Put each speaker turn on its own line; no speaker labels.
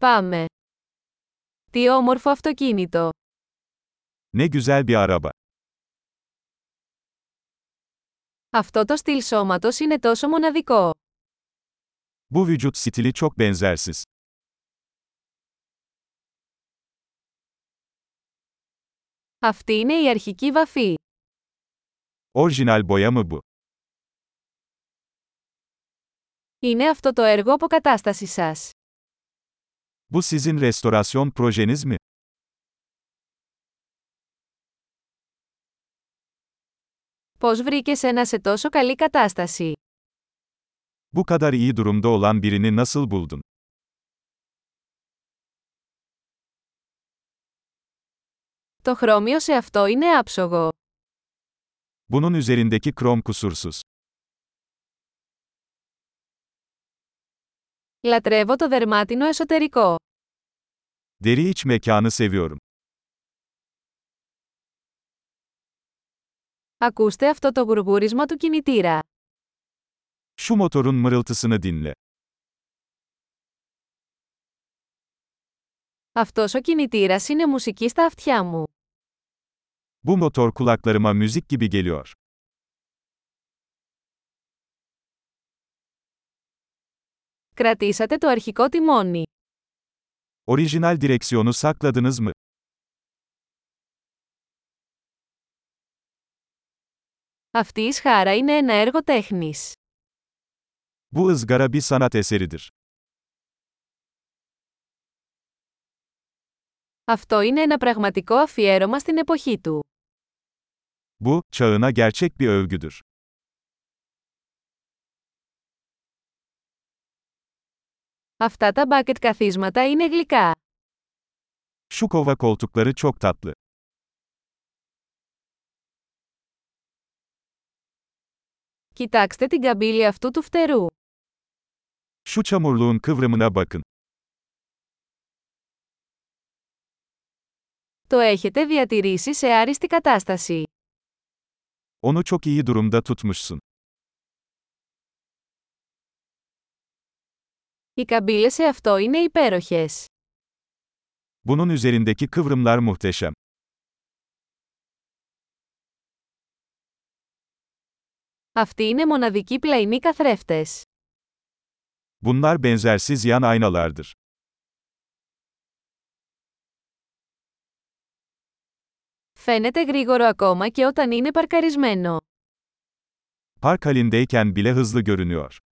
Πάμε. Τι όμορφο αυτοκίνητο.
Ne güzel bir araba.
Αυτό το στυλ σώματος είναι τόσο μοναδικό.
Bu vücut stili çok benzersiz.
Αυτή είναι η αρχική βαφή.
Orijinal boya mı bu?
Είναι αυτό το έργο αποκατάστασης σας.
Bu sizin restorasyon projeniz mi?
Πώς βρήκες ένα σε τόσο καλή κατάσταση.
Bu kadar iyi durumda olan birini nasıl buldun?
Το χρώμιο σε αυτό είναι άψογο.
Bunun üzerindeki krom kusursuz.
Λατρεύω το δερμάτινο εσωτερικό.
Deri iç mekanı seviyorum.
Ακούστε αυτό το γουργούρισμα του κινητήρα.
Şu motorun mırıltısını dinle.
Αυτός ο κινητήρας είναι μουσική στα αυτιά μου.
Bu motor kulaklarıma müzik gibi geliyor.
Κρατήσατε το αρχικό τιμόνι.
Orijinal direksiyonu sakladınız mı?
Αυτή η σχάρα είναι ένα έργο τέχνης.
Bu ızgara bir sanat eseridir.
Αυτό είναι ένα πραγματικό αφιέρωμα στην εποχή του.
Bu, çağına gerçek bir övgüdür.
Αυτά τα μπάκετ καθίσματα είναι γλυκά.
Şu kova koltukları çok tatlı.
Κοιτάξτε την καμπύλη αυτού του φτερού.
Şu çamurluğun kıvrımına bakın.
Το έχετε διατηρήσει σε άριστη κατάσταση.
Onu çok iyi durumda tutmuşsun.
Οι καμπύλες σε αυτό είναι υπέροχες.
Bunun üzerindeki kıvrımlar muhteşem.
Αυτοί είναι μοναδικοί πλαϊνοί καθρέφτες.
Bunlar benzersiz yan aynalardır.
Φαίνεται γρήγορο ακόμα και όταν είναι παρκαρισμένο.
Park halindeyken bile hızlı görünüyor.